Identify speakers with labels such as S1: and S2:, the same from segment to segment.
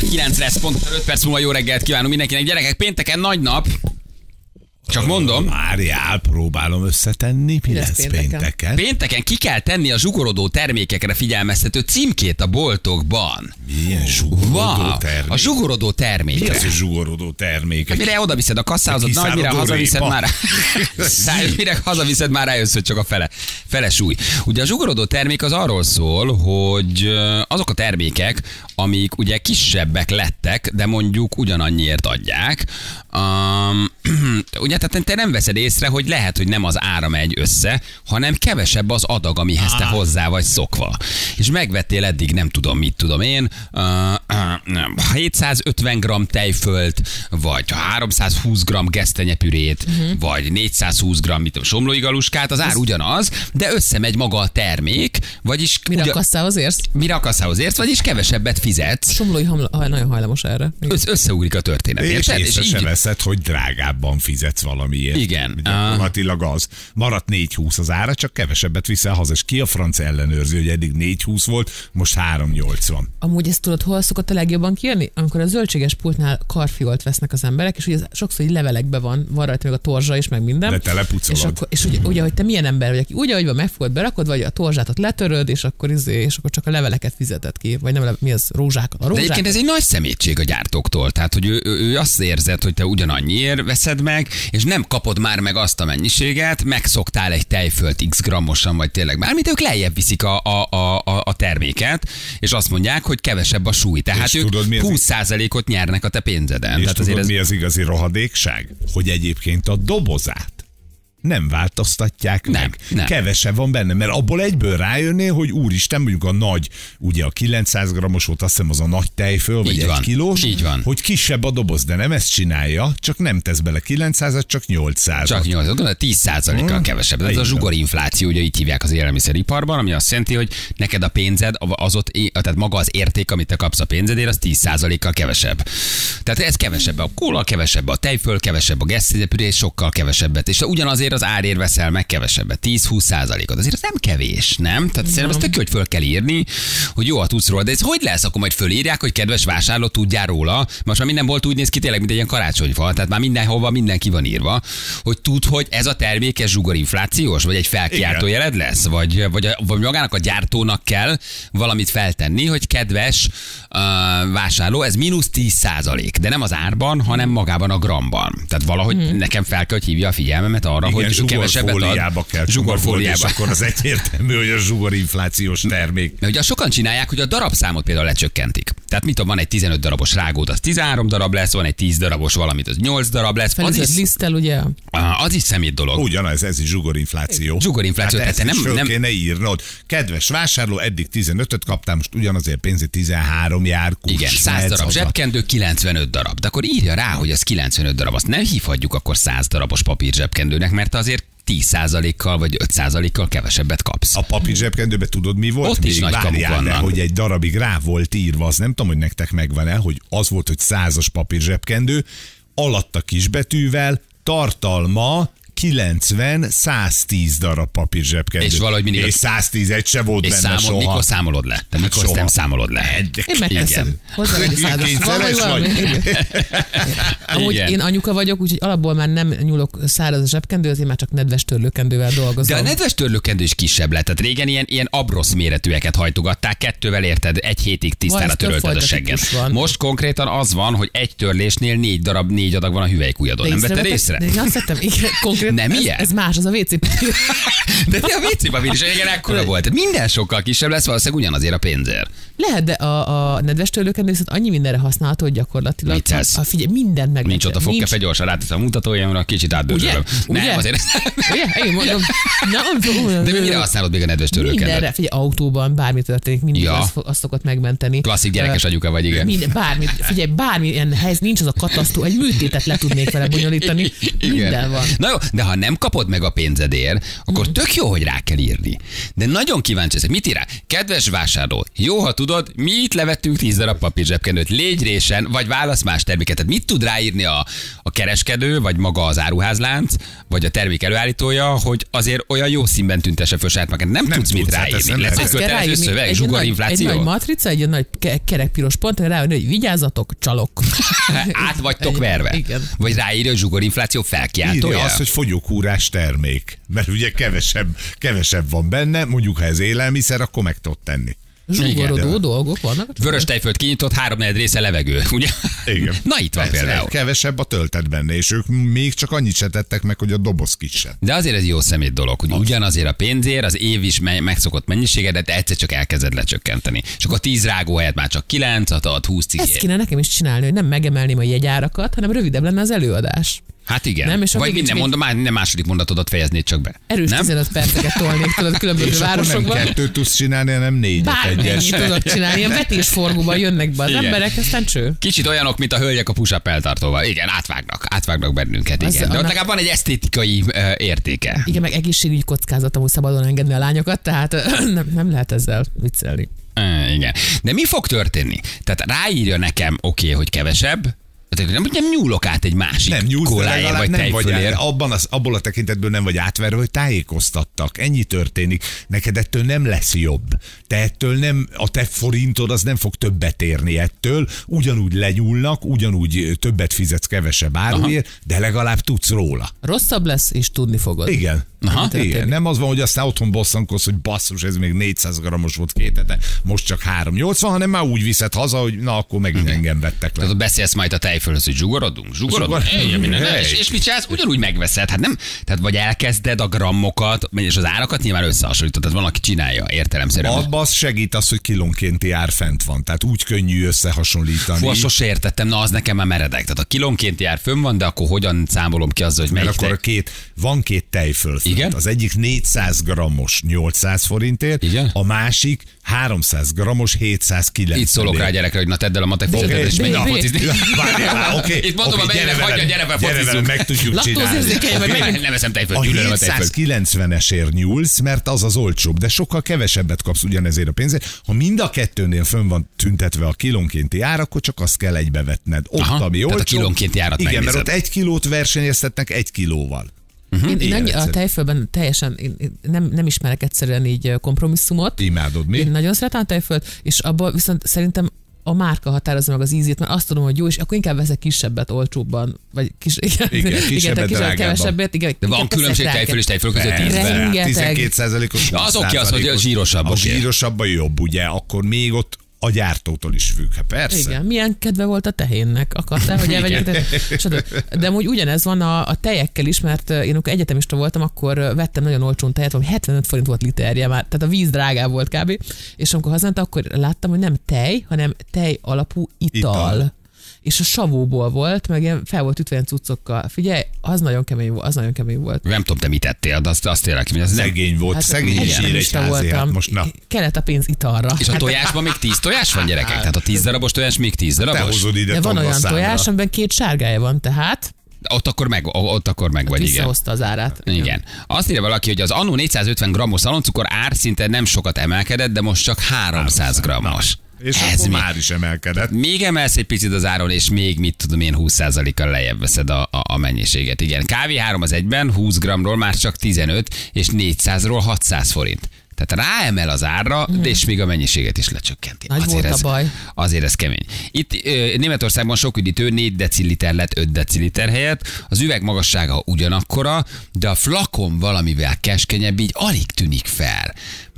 S1: 9 lesz, pontosan 5 perc múlva jó reggelt kívánunk mindenkinek. Gyerekek, pénteken nagy nap. Csak mondom,
S2: Várjál, próbálom összetenni. Mi
S3: lesz
S2: lesz
S3: pénteken?
S2: pénteken?
S1: pénteken ki kell tenni a zsugorodó termékekre figyelmeztető címkét a boltokban.
S2: Milyen zsugorodó
S1: Wow, a
S2: termék?
S1: zsugorodó
S2: Mi
S1: termékekre.
S2: az a zsugorodó termék?
S1: Hát Mire oda viszed a kasszához, ott nagy, mire
S2: Kiszáradó
S1: hazaviszed
S2: répa.
S1: már. Száj, mire hazaviszed már rájössz, hogy csak a fele, fele súly. Ugye a zsugorodó termék az arról szól, hogy ö, azok a termékek, amik ugye kisebbek lettek, de mondjuk ugyanannyiért adják, um, ugye tehát te nem veszed észre, hogy lehet, hogy nem az ára megy össze, hanem kevesebb az adag, amihez te hozzá vagy szokva. És megvettél eddig, nem tudom, mit tudom én, ö, ö, nem, 750 g tejfölt, vagy 320 g gesztenyepürét, uh-huh. vagy 420 g mit tudom, somlói galuskát, az ár ugyanaz, de összemegy maga a termék, vagyis
S3: Mire
S1: ugyan-
S3: a kasszához érsz?
S1: mire a kasszához érsz, vagyis kevesebbet fizetsz,
S3: Somlói hamla, haj, nagyon hajlamos erre. Igen.
S1: Össz- összeugrik a történet.
S2: És
S1: érted?
S2: észre se veszed, hogy drágábban fizetsz valamiért.
S1: Igen.
S2: Gyakorlatilag az. Maradt 4,20 az ára, csak kevesebbet viszel haza, és ki a franc ellenőrzi, hogy eddig 4,20 volt, most 3,80.
S3: Amúgy ezt tudod, hol szokott a legjobban kijönni? Amikor a zöldséges pultnál karfiolt vesznek az emberek, és ugye ez sokszor így levelekbe van, van rajta még a torzsa is, meg minden.
S2: De telepucolod.
S3: és, akkor, és ugye, ugye, hogy te milyen ember vagy, aki úgy, ahogy van, megfogod, berakod, vagy a torzsát ott letöröd, és akkor, izé, és akkor csak a leveleket fizeted ki, vagy nem, leve- mi az, rózsákat. A
S1: De
S3: rózsák,
S1: egyébként ez egy nagy szemétség a gyártóktól, tehát hogy ő, ő, ő azt érzed, hogy te ugyanannyiért veszed meg, és nem kapod már meg azt a mennyiséget, megszoktál egy tejfölt x grammosan, vagy tényleg már, mint ők lejjebb viszik a, a, a, a a terméket, és azt mondják, hogy kevesebb a súly. Tehát
S2: És
S1: ők
S2: tudod, mi az-
S1: 20%-ot nyernek a te pénzeden.
S2: És
S1: tehát
S2: tudod,
S1: azért ez
S2: mi az igazi rohadékság? Hogy egyébként a dobozát nem változtatják
S1: Nem,
S2: meg.
S1: nem.
S2: Kevesebb van benne, mert abból egyből rájönnél, hogy úristen, mondjuk a nagy, ugye a 900 grammos volt, azt hiszem az a nagy tejföl, vagy
S1: Így
S2: egy
S1: van,
S2: kilós,
S1: így van.
S2: hogy kisebb a doboz, de nem ezt csinálja, csak nem tesz bele 900-at, csak 800-at.
S1: Csak 8, gondolod, 10%-kal hmm. kevesebb. Ez a
S2: Igen.
S1: zsugorinfláció, ugye így hívják az élelmiszeriparban, ami azt jelenti, hogy neked a pénzed, az ott, é- tehát maga az érték, amit te kapsz a pénzedért, az 10%-kal kevesebb. Tehát ez kevesebb a kóla, kevesebb a tejföl, kevesebb a gesztidepürés, sokkal kevesebbet. És te ugyanazért az árért veszel meg kevesebbet, 10-20%-ot. Azért az nem kevés, nem? Tehát szerintem ezt tök jó, hogy föl kell írni, hogy jó, ha tudsz róla, de ez hogy lesz? Akkor majd fölírják, hogy kedves vásárló, tudjál róla. Most már minden volt úgy néz ki tényleg, mint egy ilyen karácsonyfa, tehát már mindenhova mindenki van írva, hogy tud, hogy ez a termék ez zsugorinflációs, vagy egy felkiáltó jeled lesz, vagy, vagy, vagy magának a gyártónak kell valamit feltenni, hogy kedves uh, vásárló, ez mínusz 10 százalék, de nem az árban, hanem magában a gramban. Tehát valahogy hmm. nekem fel kell, hogy hívja a figyelmemet arra,
S2: Igen,
S1: hogy kevesebbet
S2: zsugorfóliába
S1: ad.
S2: kell csomagolni, és
S1: Zsugorfóliába.
S2: akkor az egyértelmű, hogy a zsugorinflációs termék.
S1: Mert ugye sokan csinálják, hogy a darabszámot például lecsökkentik. Tehát mit tudom, van egy 15 darabos rágód, az 13 darab lesz, van egy 10 darabos valamit, az 8 darab lesz. Az
S3: felüzött
S1: is,
S3: liszttel, ugye?
S1: Á, az is szemét dolog.
S2: Ugyanaz, ez is zsugorinfláció.
S1: Zsugorinfláció,
S2: hát
S1: tehát
S2: ezt
S1: te
S2: nem, is
S1: nem-
S2: föl
S1: nem-
S2: nem... kéne írnod. Kedves vásárló, eddig 15-öt kaptál, most ugyanazért pénzét 13 jár. Kus,
S1: Igen, 100
S2: mehetsz
S1: darab
S2: haza.
S1: zsebkendő, 95 darab. De akkor írja rá, hogy ez 95 darab. Azt nem hívhatjuk akkor 100 darabos papír zsebkendőnek, mert azért 10%-kal vagy 5%-kal kevesebbet kapsz.
S2: A papír zsebkendőbe tudod mi volt?
S1: Ott is
S2: Még
S1: nagy kamuk
S2: várjál,
S1: vannak.
S2: de hogy egy darabig rá volt írva, az nem tudom, hogy nektek megvan-e, hogy az volt, hogy százas papír zsebkendő, alatta kisbetűvel, tartalma 90, 110 darab papír zsebkendő.
S1: És valahogy mindig-
S2: és 110 egy se volt
S1: És
S2: benne
S1: számod,
S2: soha. Hát
S1: mikor számolod le? Te mikor
S2: soha.
S1: nem számolod le?
S3: Én megteszem.
S1: Igen.
S3: Hozzá vagy a százas. Van vagy
S2: Kényszeres
S3: valami?
S2: vagy?
S3: Amúgy
S1: Igen.
S3: én anyuka vagyok, úgyhogy alapból már nem nyúlok száraz a zsebkendő, azért már csak nedves törlőkendővel
S1: De
S3: dolgozom.
S1: a nedves törlőkendő is kisebb lett. Tehát régen ilyen, ilyen abrosz méretűeket hajtogatták, kettővel érted, egy hétig tisztára
S3: Van, ez több
S1: törölted a
S3: fajta
S1: segget.
S3: típus van.
S1: Most konkrétan az van, hogy egy törlésnél négy darab, négy adag van a hüvelykujjadon. Nem vetted
S3: észrevetted?
S1: észre?
S3: De én azt hittem, igen, konkrétan.
S1: Nem
S3: ez,
S1: ilyen?
S3: ez, más, az a WC papír.
S1: De a WC papír is igen, ekkora volt. Tehát Minden sokkal kisebb lesz, valószínűleg ugyanazért a pénzért.
S3: Lehet, de a, a nedves törlőkendő viszont annyi mindenre használható, hogy gyakorlatilag.
S1: Viccelsz.
S3: Ha figyelj, mindent meg.
S1: Nincs ott a fogkefe, gyorsan ráteszem a mutatójámra, kicsit átdőzsölöm.
S3: Ugye?
S1: Nem, azért.
S3: Ugye? Én mondom. Na,
S1: De mi mire használod még a nedves
S3: Mindenre,
S1: törlőkendet?
S3: figyelj, autóban bármi történik, mindig
S1: Ja.
S3: ja. azt, azt szokott megmenteni.
S1: Klasszik gyerekes anyuka vagy, igen.
S3: Minden, bármi, figyelj, bármilyen helyz, nincs az a katasztrófa, egy műtétet le tudnék vele bonyolítani,
S1: Igen.
S3: minden van. Hmm.
S1: Na jó, de ha nem kapod meg a pénzedért, akkor tök jó, hogy rá kell írni. De nagyon kíváncsi ezek. Mit ír rá? Kedves vásárló, jó, ha tudod, tudod, mi itt levettünk 10 darab papír zsebkendőt, légy résen, vagy válasz más terméket. Tehát mit tud ráírni a, a kereskedő, vagy maga az áruházlánc, vagy a termék előállítója, hogy azért olyan jó színben tüntesse föl saját magát. Nem, nem tudsz mit
S2: tudsz, hát ezt
S1: ráírni.
S2: nem
S1: Lesz egy
S2: lehet.
S1: kötelező
S3: ráírni.
S1: szöveg,
S3: Egy
S1: zsugar
S3: nagy- Egy nagy
S1: infláció.
S3: matrica, egy nagy ke- kerek-piros pont, rá, hogy vigyázzatok, csalok.
S1: Hát Át vagytok verve.
S3: Igen.
S1: Vagy ráírja, hogy zsugorinfláció
S2: Írja
S1: felkiáltója.
S2: azt, hogy fogyókúrás termék, mert ugye kevesebb, kevesebb van benne, mondjuk ha ez élelmiszer, akkor meg tudod tenni.
S3: Zsugorodó
S2: Igen.
S3: dolgok vannak.
S1: Vörös tejföld kinyitott, háromnegyed része levegő, ugye?
S2: Igen.
S1: Na itt van
S2: Ez
S1: például.
S2: Kevesebb a töltet benne, és ők még csak annyit se tettek meg, hogy a doboz kisebb.
S1: De azért ez jó szemét dolog, hogy ugyanazért a pénzért az év is me- megszokott mennyiségedet, de egyszer csak elkezded lecsökkenteni. És akkor 10 rágó helyett már csak 9, 6, 6 20
S3: Ezt
S1: cikét.
S3: kéne nekem is csinálni, hogy nem megemelném a jegyárakat, hanem rövidebb lenne az előadás.
S1: Hát igen.
S3: Nem, és akkor
S1: Vagy
S3: nincs
S1: minden,
S3: mit-
S1: mondom, már minden második mondatodat fejeznéd csak be.
S3: Erős
S1: nem?
S3: 15 perceket tolnék, tudod, különböző
S2: És akkor nem
S3: városokban.
S2: kettőt tudsz csinálni, hanem négyet
S3: Bármennyit
S2: egyet.
S3: tudok csinálni, ilyen vetésforgóban jönnek be az
S1: Igen.
S3: emberek, aztán cső.
S1: Kicsit olyanok, mint a hölgyek a push-up eltartóval. Igen, átvágnak, átvágnak bennünket,
S3: Az-
S1: igen. De ott
S3: annak-
S1: legalább van egy esztétikai ö, értéke.
S3: Igen, meg egészségügyi kockázatom, hogy szabadon engedni a lányokat, tehát nem, nem lehet ezzel viccelni.
S1: Ö, Igen. De mi fog történni? Tehát ráírja nekem, oké, okay, hogy kevesebb, tehát nem, nem nyúlok át egy másik
S2: Nem nyúlsz, de
S1: kóláért,
S2: legalább
S1: vagy
S2: nem vagy
S1: tejfölért.
S2: át, abban az, abból a tekintetből nem vagy átverve, hogy tájékoztattak. Ennyi történik. Neked ettől nem lesz jobb. Te ettől nem, a te forintod az nem fog többet érni ettől. Ugyanúgy lenyúlnak, ugyanúgy többet fizetsz kevesebb áruért, de legalább tudsz róla.
S3: Rosszabb lesz, és tudni fogod.
S2: Igen.
S1: Aha.
S2: Igen. Nem az van, hogy aztán otthon bosszankodsz, hogy basszus, ez még 400 grammos volt két hete, most csak 380, hanem már úgy viszed haza, hogy na, akkor megint engem vettek le.
S1: Tehát ott beszélsz majd a tejfölhöz, hogy zsugorodunk, zsugorodunk,
S2: Zsugor-
S1: Ej, minden,
S2: Hely.
S1: és, és mit csinálsz? Ugyanúgy megveszed, hát nem, tehát vagy elkezded a grammokat, és az árakat nyilván összehasonlítod, tehát van, aki csinálja értelemszerűen. A...
S2: Abba az segít az, hogy kilónkénti ár fent van, tehát úgy könnyű összehasonlítani.
S1: Fú, azt sose értettem, na az nekem már meredek. Tehát a kilónként jár fönn van, de akkor hogyan számolom ki azzal, hogy
S2: mert
S1: melyik
S2: akkor a
S1: tej-
S2: két, van két tejföl. fönt.
S1: Igen?
S2: Az egyik 400 grammos 800 forintért,
S1: Igen?
S2: a másik 300 grammos 790
S1: Itt szólok rá a gyerekre, hogy na tedd el a matek fizetet, és menj
S3: na,
S1: focizni.
S2: Oké,
S1: Itt mondom
S2: oké,
S1: a
S2: gyere
S1: bejének, hagyja,
S2: velem,
S1: gyere fel,
S2: gyere velem,
S1: focizzunk.
S2: meg tudjuk csinálni.
S3: Laktózérzékeny vagy,
S2: Oké?
S1: Nem, nem eszem
S2: A
S1: tejföld, gyűlölöm a tejföld.
S2: 790-esért nyúlsz, mert az az olcsóbb, de sokkal kevesebbet kapsz ugyanezért a pénzért. Ha mind a kettőnél fönn van tüntetve a kilónkénti ár, akkor csak azt kell egybevetned. Ott,
S1: Aha,
S2: ami
S1: tehát a
S2: olcsó.
S1: kilónkénti árat
S2: Igen, mert
S1: megnézed.
S2: ott egy kilót versenyeztetnek egy kilóval.
S3: Én, én
S2: Ilyen
S3: annyi, a
S2: egyszerű.
S3: tejfölben teljesen én, én nem, nem ismerek egyszerűen így ö, kompromisszumot.
S2: Imádod mi?
S3: Én nagyon szeretem a tejfölt, és abban viszont szerintem a márka határozza meg az ízét, mert azt tudom, hogy jó, és akkor inkább veszek kisebbet olcsóbban, vagy kis, igen,
S2: Igen,
S3: tehát
S2: kisebbet drágábban.
S3: kevesebbet, igen.
S1: De van
S3: inkább
S1: különbség
S3: veszek
S1: tejföl és tejföl között
S2: Persze,
S1: ízben.
S3: Rengeteg.
S2: 12%-os.
S1: Ja, az oké az, hogy a zsírosabb,
S2: A
S1: oké.
S2: zsírosabb a jobb, ugye? Akkor még ott a gyártótól is függ. Hát persze.
S3: Igen, milyen kedve volt a tehénnek, akartál, hogy elvegyek. De, Csoda. de amúgy ugyanez van a, a tejekkel is, mert én amikor egyetemista voltam, akkor vettem nagyon olcsón tejet, valami 75 forint volt literje már, tehát a víz drágább volt kb. És amikor hazament, akkor láttam, hogy nem tej, hanem tej alapú ital.
S2: Ital.
S3: ital. És a savóból volt, meg ilyen fel volt ütve ilyen cuccokkal. Figyelj, az nagyon kemény volt, az nagyon kemény volt.
S1: Nem tudom, te mit tettél, de azt, azt tényleg, hogy az nem.
S2: Szegény volt, hát, szegény
S1: igen.
S3: egyetemista
S2: zsíregyházi. Hát most na.
S3: Kellett a pénz italra. Hát,
S1: És a tojásban még 10 tojás van, gyerekek? Tehát a 10 darabos tojás még 10
S2: Hát- Te
S1: darabos?
S2: hozod ide
S3: de van olyan
S2: taglaszámra.
S3: tojás, amiben két sárgája van, tehát
S1: Ott akkor meg, ott akkor
S3: Hát
S1: meg vagy, igen.
S3: visszahozta az árát.
S1: Igen. Azt írja valaki, hogy az annó 450 grammos szaloncukor ár szinte nem sokat emelkedett, de most csak 300 grammos.
S2: És
S1: Ez
S2: akkor
S1: mi?
S2: már is emelkedett.
S1: Hát Még emelsz egy picit az áron, és még mit tudom én, 20%-kal lejjebb veszed a, a, a mennyiséget. Igen, kávé 3 az egyben, 20 gramról már csak 15, és 400-ról 600 forint. Tehát ráemel az árra, mm. és még a mennyiséget is lecsökkenti.
S3: Mhm. Nagy volt a
S1: ez,
S3: baj.
S1: Azért ez kemény. Itt ö, Németországban sok üdítő 4 deciliter lett 5 deciliter helyett, az üveg magassága ugyanakkora, de a flakon valamivel keskenyebb, így alig tűnik fel.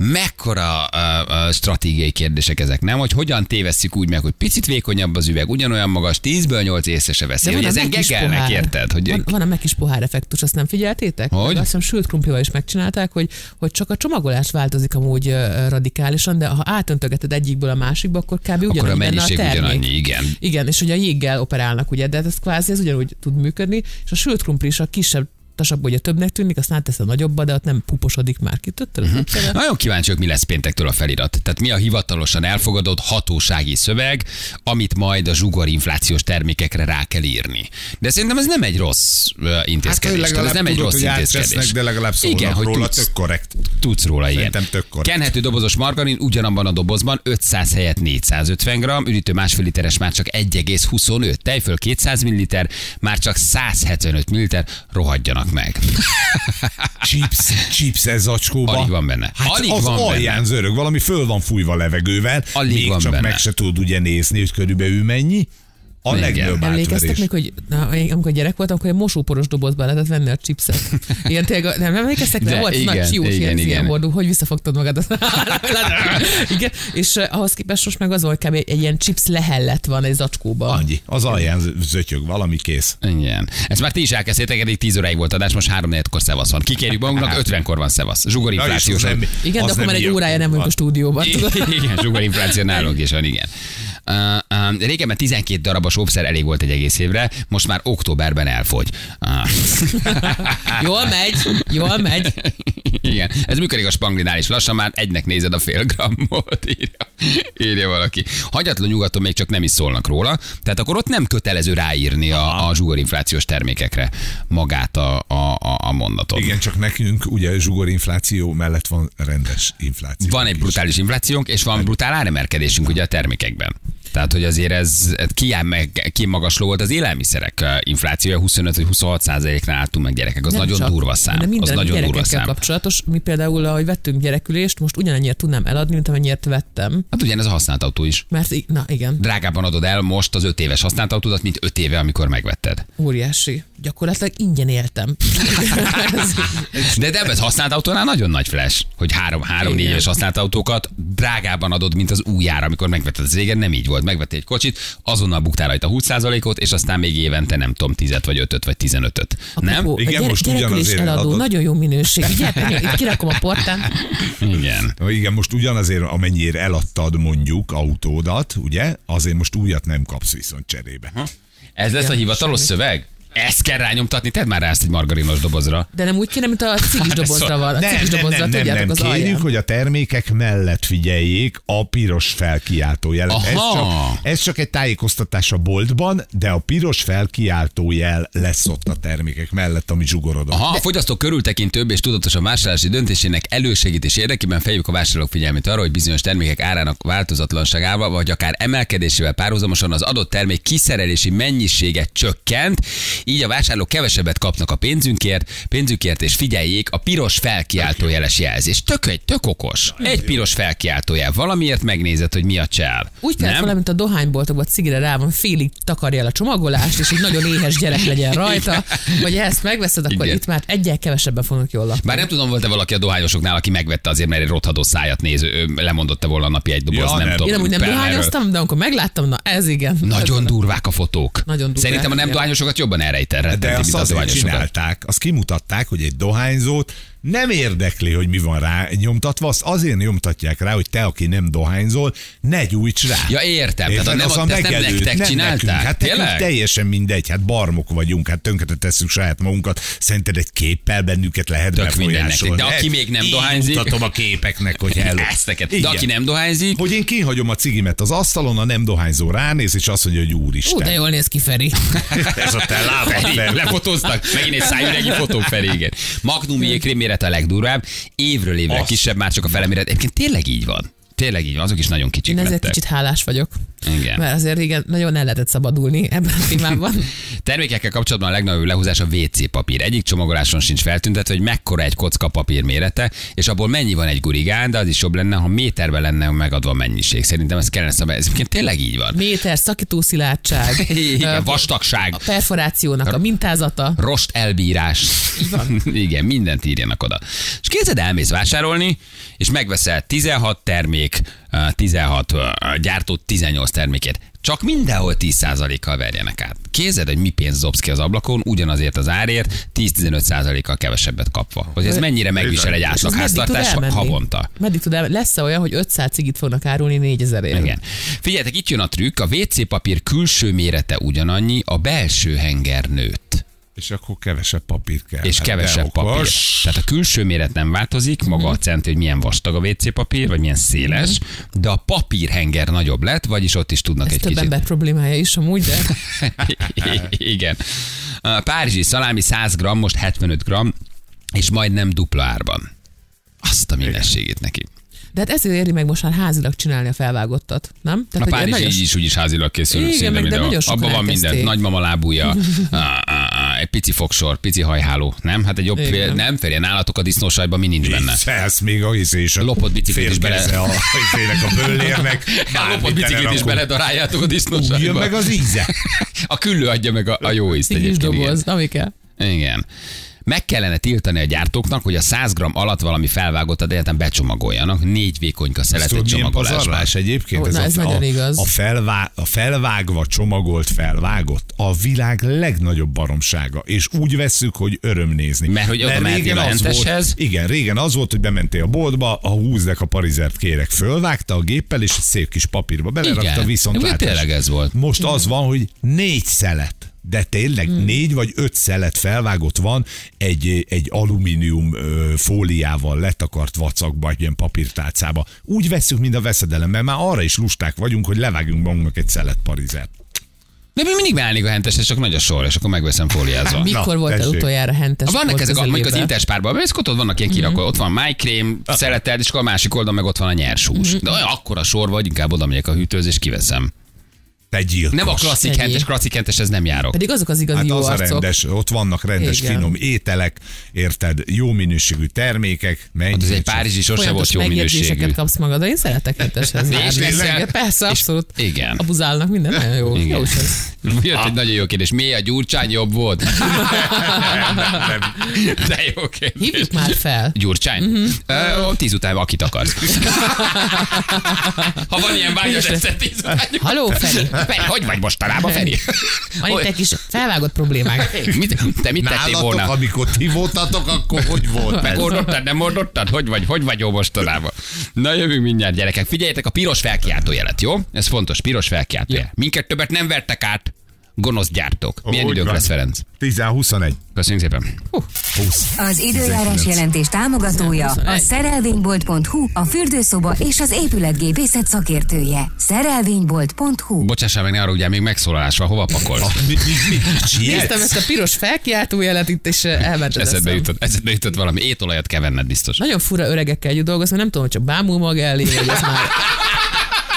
S1: Mekkora ö, ö, stratégiai kérdések ezek, nem? Hogy hogyan tévesszük úgy meg, hogy picit vékonyabb az üveg, ugyanolyan magas, 10-ből 8 észre se veszi, hogy
S3: a
S1: ezen
S3: megkis
S1: gegelnek,
S3: pohár.
S1: érted? Hogy
S3: van, van a megkis pohár effektus, azt nem figyeltétek?
S1: Hogy?
S3: Meg Azt hiszem sült krumplival is megcsinálták, hogy, hogy csak a csomagolás változik amúgy ö, ö, radikálisan, de ha átöntögeted egyikből a másikba, akkor kb. ugyanannyi
S1: akkor a
S3: benne
S1: mennyiség
S3: termék.
S1: ugyanannyi, igen.
S3: Igen, és ugye a jéggel operálnak, ugye, de ez kvázi ez ugyanúgy tud működni, és a sült krumpli is a kisebb vastasabb, ugye többnek tűnik, aztán átteszed nagyobbba, de ott nem puposodik már ki.
S1: Mhm.
S3: Tudtad? Uh-huh.
S1: Nagyon kíváncsiak, mi lesz péntektől a felirat. Tehát mi a hivatalosan elfogadott hatósági szöveg, amit majd a zsugor inflációs termékekre rá kell írni. De szerintem ez nem egy rossz ö, intézkedés.
S2: Hát, hogy
S1: Tehát ez nem egy
S2: tudod,
S1: rossz
S2: hogy
S1: intézkedés.
S2: átcsesznek, de legalább szólnak
S1: Igen, hogy
S2: róla,
S1: tudsz.
S2: tök korrekt.
S1: Tudsz róla, igen.
S2: Szerintem tök korrekt.
S1: Kenhető dobozos margarin ugyanabban a dobozban 500 helyett 450 g, üdítő másfél literes már csak 1,25, tejföl 200 ml, már csak 175 ml, rohadjanak meg.
S2: Chips, chips ez zacskóba.
S1: Alig van benne.
S2: Hát
S1: Alig
S2: az
S1: van benne.
S2: alján zörög, valami föl van fújva levegővel,
S1: Alig
S2: még
S1: van
S2: csak
S1: benne.
S2: meg se tud ugye nézni, hogy körülbelül mennyi. A
S1: Igen.
S2: legnagyobb
S3: Emlékeztek
S2: átverés.
S3: még, hogy na, még amikor gyerek voltam, akkor egy mosóporos dobozba lehetett venni a chipset. Ilyen tényleg, nem emlékeztek,
S1: De
S3: de volt
S1: igen,
S3: nagy siós,
S1: igen,
S3: ilyen
S1: igen.
S3: szélhordó, hogy visszafogtad magad. igen, és eh, ahhoz képest most meg az volt kb. egy ilyen chips lehellet van egy zacskóba.
S2: Annyi. Az alján z- zötyög, valami kész.
S1: Igen. Ezt már ti is elkezdtétek, eddig 10 óráig volt adás, most 3 4 kor szevasz van. Kikérjük magunknak, 50-kor van szevasz.
S2: Na, és az
S1: Zsugorinflációs.
S2: nem-
S3: Igen,
S2: az
S3: de akkor
S2: nem
S3: már egy
S2: ilyen.
S3: órája nem vagyunk a stúdióban. tudod?
S1: Igen, zsugorinfláció nálunk is van, igen. Uh, um, régebben 12 darabos ópszer elég volt egy egész évre, most már októberben elfogy. Uh.
S3: Jól megy, jól megy.
S1: Igen, ez működik a spanglinál is. Lassan már egynek nézed a fél grammot, írja, írja valaki. Hagyatlan nyugaton még csak nem is szólnak róla, tehát akkor ott nem kötelező ráírni a, a zsugorinflációs termékekre magát a, a, a- a mondatot.
S2: Igen, csak nekünk ugye zsugorinfláció mellett van rendes infláció.
S1: Van egy
S2: is.
S1: brutális inflációnk, és van brutál áremelkedésünk ugye a termékekben. Tehát, hogy azért ez ez kiáll meg, kimagasló volt az élelmiszerek eh, inflációja, 25 vagy 26 százaléknál álltunk meg gyerekek. Az
S3: Nem
S1: nagyon
S3: csak.
S1: durva szám.
S3: De
S1: az
S3: minden ami
S1: nagyon durva
S3: gyerekekkel
S1: szám.
S3: kapcsolatos. Mi például, ahogy vettünk gyerekülést, most ugyanannyiért tudnám eladni, mint amennyiért vettem.
S1: Hát ugyanez a használt autó is.
S3: Mert, i- na igen,
S1: drágában adod el most az öt éves használt autódat, mint öt éve, amikor megvetted.
S3: Óriási. Gyakorlatilag ingyen éltem. Ez-
S1: De de ebben az használt autónál nagyon nagy flash, hogy három, három négy
S3: Igen.
S1: éves használt autókat drágában adod, mint az újjára, amikor megvetted. Ez régen nem így volt. Megvettél egy kocsit, azonnal buktál rajta 20%-ot, és aztán még évente nem tudom, 10 vagy 5 vagy 15-öt. Nem?
S3: Apropó,
S2: Igen,
S3: a
S2: most ugyanazért
S3: eladó,
S2: eladod.
S3: nagyon jó minőség. Gyere, itt kirakom a portán.
S1: Igen.
S2: Na igen, most ugyanazért, amennyiért eladtad mondjuk autódat, ugye, azért most újat nem kapsz viszont cserébe.
S1: Ez lesz a
S3: Ja,
S1: hivatalos
S3: semmi.
S1: szöveg? Ezt kell rányomtatni, tedd már rá ezt egy margarinos dobozra.
S3: De nem úgy kéne, mint a cigis dobozra van. A
S2: Nem,
S3: cigis
S2: nem,
S3: dobozra,
S2: nem, nem,
S3: tudjátok,
S2: nem.
S3: az
S2: Kérjük,
S3: alján.
S2: hogy a termékek mellett figyeljék a piros felkiáltó jelet. Ez
S1: Aha.
S2: csak, ez csak egy tájékoztatás a boltban, de a piros felkiáltó jel lesz ott a termékek mellett, ami zsugorodott.
S1: Aha, a fogyasztó körültekintőbb és tudatosan vásárlási döntésének elősegítés érdekében fejük a vásárlók figyelmét arra, hogy bizonyos termékek árának változatlanságával vagy akár emelkedésével párhuzamosan az adott termék kiszerelési mennyisége csökkent, így a vásárlók kevesebbet kapnak a pénzünkért, pénzükért, és figyeljék a piros felkiáltójeles jelzés. Tök egy, tök okos. Egy piros felkiáltójel. Valamiért megnézed, hogy mi a csel.
S3: Úgy kellett
S1: Nem?
S3: valamint a dohányboltokban cigire rá van, félig takarja el a csomagolást, és egy nagyon éhes gyerek legyen rajta. Vagy ezt megveszed, akkor
S1: Igen.
S3: itt már egyel kevesebben fognak jól lakni.
S1: Bár nem tudom, volt-e valaki a dohányosoknál, aki megvette azért, mert egy rothadó szájat néző, ő lemondotta volna a napi egy doboz,
S2: Ja,
S1: nem,
S2: nem.
S1: tudom.
S3: Én amúgy nem
S1: Pellmerről.
S3: dohányoztam, de amikor megláttam, na ez igen.
S1: Nagyon durvák a fotók.
S3: Nagyon durvák,
S1: Szerintem a nem
S3: igen.
S1: dohányosokat jobban elrejtelhetett,
S2: De
S1: mint
S2: azt
S1: a
S2: azért
S1: dohányosokat.
S2: csinálták, azt kimutatták, hogy egy dohányzót nem érdekli, hogy mi van rá nyomtatva, azt azért nyomtatják rá, hogy te, aki nem dohányzol, ne gyújts rá.
S1: Ja, értem. Tehát a nem-
S2: az a
S1: ezt nem
S2: megelőd,
S1: nektek csinálták?
S2: Nekünk. Hát nekünk
S1: Tényleg?
S2: teljesen mindegy, hát barmok vagyunk, hát tönkre tesszük saját magunkat. Szerinted egy képpel bennünket lehet
S1: Tök minden
S2: befolyásolni.
S1: nektek. De aki
S2: Ez-
S1: még nem
S2: Így
S1: dohányzik-
S2: mutatom a képeknek, hogy hello.
S1: Ezt neked. De
S2: Igen.
S1: aki nem dohányzik,
S2: Hogy én kihagyom a cigimet az asztalon, a nem dohányzó ránéz, és azt mondja, hogy úristen.
S3: Ú, de jól néz ki, Feri.
S2: Ez a te lábad,
S1: Feri,
S2: Feri.
S1: lefotóztak. Megint egy szájüregi fotó Feri, igen. Magnum jégkrém méret a legdurvább. évről évre
S2: Azt.
S1: kisebb, már csak a fele méret. Egyébként tényleg így van. Tényleg így van, azok is nagyon kicsik
S3: Én ezért
S1: lettek.
S3: kicsit hálás vagyok.
S1: Igen.
S3: Mert azért igen, nagyon el lehetett szabadulni ebben a témában.
S1: Termékekkel kapcsolatban a legnagyobb lehúzás a WC papír. Egyik csomagoláson sincs feltüntetve, hogy mekkora egy kocka papír mérete, és abból mennyi van egy gurigán, de az is jobb lenne, ha méterben lenne megadva a mennyiség. Szerintem ez kellene szabályozni. Ez egyébként tényleg így van.
S3: Méter, szakítószilárdság, ö,
S1: Igen, vastagság,
S3: a perforációnak a mintázata.
S1: rost elbírás. Igen, mindent írjanak oda. És kézed elmész vásárolni, és megveszel 16 termék, ö, 16 ö, ö, gyártó 18 termékét. Csak mindenhol 10%-kal verjenek át. Kézed, hogy mi pénz zobsz ki az ablakon, ugyanazért az árért, 10-15%-kal kevesebbet kapva. Hogy ez mennyire megvisel egy
S3: És az meddig tud
S1: átlagháztartás
S3: elmenni?
S1: havonta.
S3: Meddig tud elmenni? lesz olyan, hogy 500 cigit fognak árulni 4000 ért?
S1: Igen. Figyeljetek, itt jön a trükk, a WC papír külső mérete ugyanannyi, a belső henger nőtt.
S2: És akkor kevesebb papír kell.
S1: és
S2: Hát
S1: kevesebb
S2: de okos.
S1: papír. Tehát a külső méret nem változik, maga
S3: Mhm.
S1: a centi, hogy milyen vastag a WC papír, vagy milyen széles, de a papírhenger nagyobb lett, vagyis ott is tudnak
S3: Mhm. Ez
S1: egy
S3: több
S1: kicsit.
S3: ember problémája is amúgy, de
S1: Igen. A párizsi szalámi 100 g, most 75 g, és majdnem dupla árban. Azt a mindenségét neki.
S3: De hát ezért éri meg most már házilag csinálni a felvágottat, nem?
S1: A
S3: hogy
S1: Párizsi
S3: nagyon-
S1: így is, úgy is házilag készül.
S3: Igen,
S1: szinte
S3: meg de
S1: mindenhol.
S3: nagyon sokan
S1: Abban van
S3: elkezdték.
S1: minden. Nagymama lábúja, á, á, á, egy pici fogsor, pici hajháló. Nem? Hát egy jobb
S3: Igen.
S1: fél, nem férje nálatok a disznósajban, mi nincs benne.
S2: Ez még a izé is. A
S1: Lopott biciklit is bele.
S2: férgezze A izének a böllérnek.
S1: A
S2: bármit
S1: lopott biciklit is
S2: belerakunk.
S1: beledaráljátok a
S2: Jön
S1: disznósajba.
S2: meg az íze.
S1: A küllő adja meg a, a jó ízt
S3: Cigis
S1: egyébként. igen.
S3: doboz, ami kell.
S1: Igen. Meg kellene tiltani a gyártóknak, hogy a 100 g alatt valami felvágottat egyetem becsomagoljanak. Négy vékonyka szeletet
S2: milyen
S1: csomagolásban.
S2: pazarlás egyébként?
S3: Ó, na, ez
S2: a,
S3: nagyon
S2: a,
S3: igaz.
S2: A, felvá, a felvágva csomagolt felvágott a világ legnagyobb baromsága, és úgy vesszük, hogy öröm nézni.
S1: Mert hogy oda mehetnél a henteshez.
S2: volt, igen, régen az volt, hogy bementél a boltba, a húzdek a parizert kérek, fölvágta a géppel, és egy szép kis papírba belerakta,
S1: Igen.
S2: viszont
S1: Ugye tényleg ez volt.
S2: Most az van, hogy négy szelet de tényleg hmm. négy vagy öt szelet felvágott van egy, egy alumínium ö, fóliával letakart vacakba, egy ilyen papírtálcába. Úgy veszünk, mint a veszedelem, mert már arra is lusták vagyunk, hogy levágunk magunknak egy szelet parizert.
S1: De mi mindig beállnék a henteshez, csak nagy a sor, és akkor megveszem fóliázva.
S3: Mikor
S2: Na,
S3: voltál
S2: tessék.
S3: utoljára hentes?
S1: Vannak
S3: volt
S1: ezek, a- mondjuk az
S3: közelében?
S1: interspárban, mert ott vannak ilyen kirakó, ott van májkrém,
S2: Ah.
S1: szeleted, és akkor a másik oldalon meg ott van a nyers hús. De olyan akkora sor vagy, inkább oda megyek a hűtőz, és kiveszem.
S2: Te gyilkos.
S1: Nem a klasszik
S3: Egyéb.
S1: hentes, klasszik hentes, ez nem járok.
S3: Pedig azok az igazi
S2: Hát
S3: jó
S2: az a
S3: arcok.
S2: rendes, ott vannak rendes,
S3: Igen.
S2: Igen. finom ételek, érted, jó minőségű termékek, menj.
S1: Hát ez egy
S2: csak-
S1: párizsi sor se volt
S3: Folyamatos
S1: jó minőségű.
S3: megjegyzéseket kapsz magadra, én szeretek henteshez. járni.
S1: tényleg?
S3: Persze,
S1: És-
S3: abszolút.
S1: igen.
S3: Abuzálnak minden, nagyon jó.
S1: Igen.
S3: jó is ez.
S1: Jött egy nagyon jó kérdés. Mi a gyurcsány jobb volt? De jó kérdés.
S3: Hívjuk már fel.
S1: Gyurcsány?
S3: Mhm.
S1: Uh-huh. Tíz után akit akarsz. ha van ilyen vágyad, egyszer tíz után.
S3: Haló, Feri.
S1: Feri, hogy vagy mostanában, Feri?
S3: Van itt
S1: Hogy-
S3: egy kis felvágott problémák.
S1: Mit, te mit tettél
S2: Nálatok,
S1: volna?
S2: amikor ti voltatok, akkor hogy volt ez?
S1: Megordottad, nem ordottad? Hogy vagy, hogy vagy jó mostanában? Na jövünk mindjárt, gyerekek. Figyeljetek a piros felkiáltójelet, jó? Ez fontos, piros felkiáltójel. Minket többet nem vertek át, gonosz gyártók. Milyen
S2: Úgy
S1: időnk
S2: van.
S1: lesz, Ferenc?
S2: 10-21.
S1: Köszönjük szépen.
S3: Hú,
S2: 20.
S4: Az időjárás jelentés támogatója a szerelvénybolt.hu, a fürdőszoba és az épületgépészet szakértője. Szerelvénybolt.hu
S1: Bocsássál meg, ne arra, ugye még megszólalás van, hova pakolsz? Hát
S2: Mi, mi, mi,
S3: néztem
S2: Sietsz?
S3: ezt a piros felkiáltójelet itt, és eh, elment az
S1: Eszedbe
S3: eszem.
S1: jutott, eszedbe jutott valami, étolajat kell venned biztos.
S3: Nagyon fura öregekkel együtt dolgozni, nem tudom, hogy csak bámul maga elé, vagy ez már...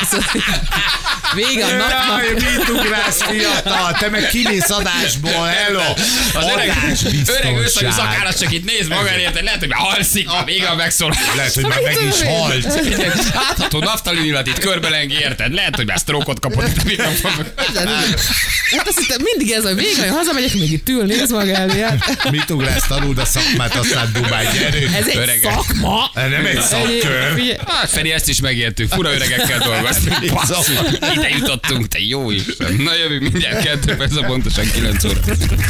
S3: Ez- Vége a
S2: Jaj,
S3: napnak.
S2: mit ugrálsz fiatal? Te meg kimész adásból, hello!
S1: Az öreg, öreg őszhajú
S2: Adásbiztonság.
S1: szakállat csak itt néz maga elé, érted? lehet, hogy már alszik, már még a megszólalás.
S2: Ah. Lehet, hogy már meg is halt.
S1: Igen, Látható naftalin illat itt körbelengi, érted? Lehet, hogy már sztrókot kapott itt a mikrofon.
S3: Hát azt hittem, mindig ez a vége, hogy hazamegyek, még itt ül, néz maga elé. Hát
S2: Mit ugrálsz, tanuld a szakmát, aztán Dubáj, gyerünk!
S3: Ez egy
S1: Öregek.
S3: szakma.
S2: Nem egy
S3: Egy-
S2: szakkör.
S3: figyelj,
S1: Hát, Feri, ezt is megértük. Fura öregekkel dolgoztunk. Basszus, Ide jutottunk, te jó Isten. Na jövünk mindjárt kettő, perc a pontosan 9 óra.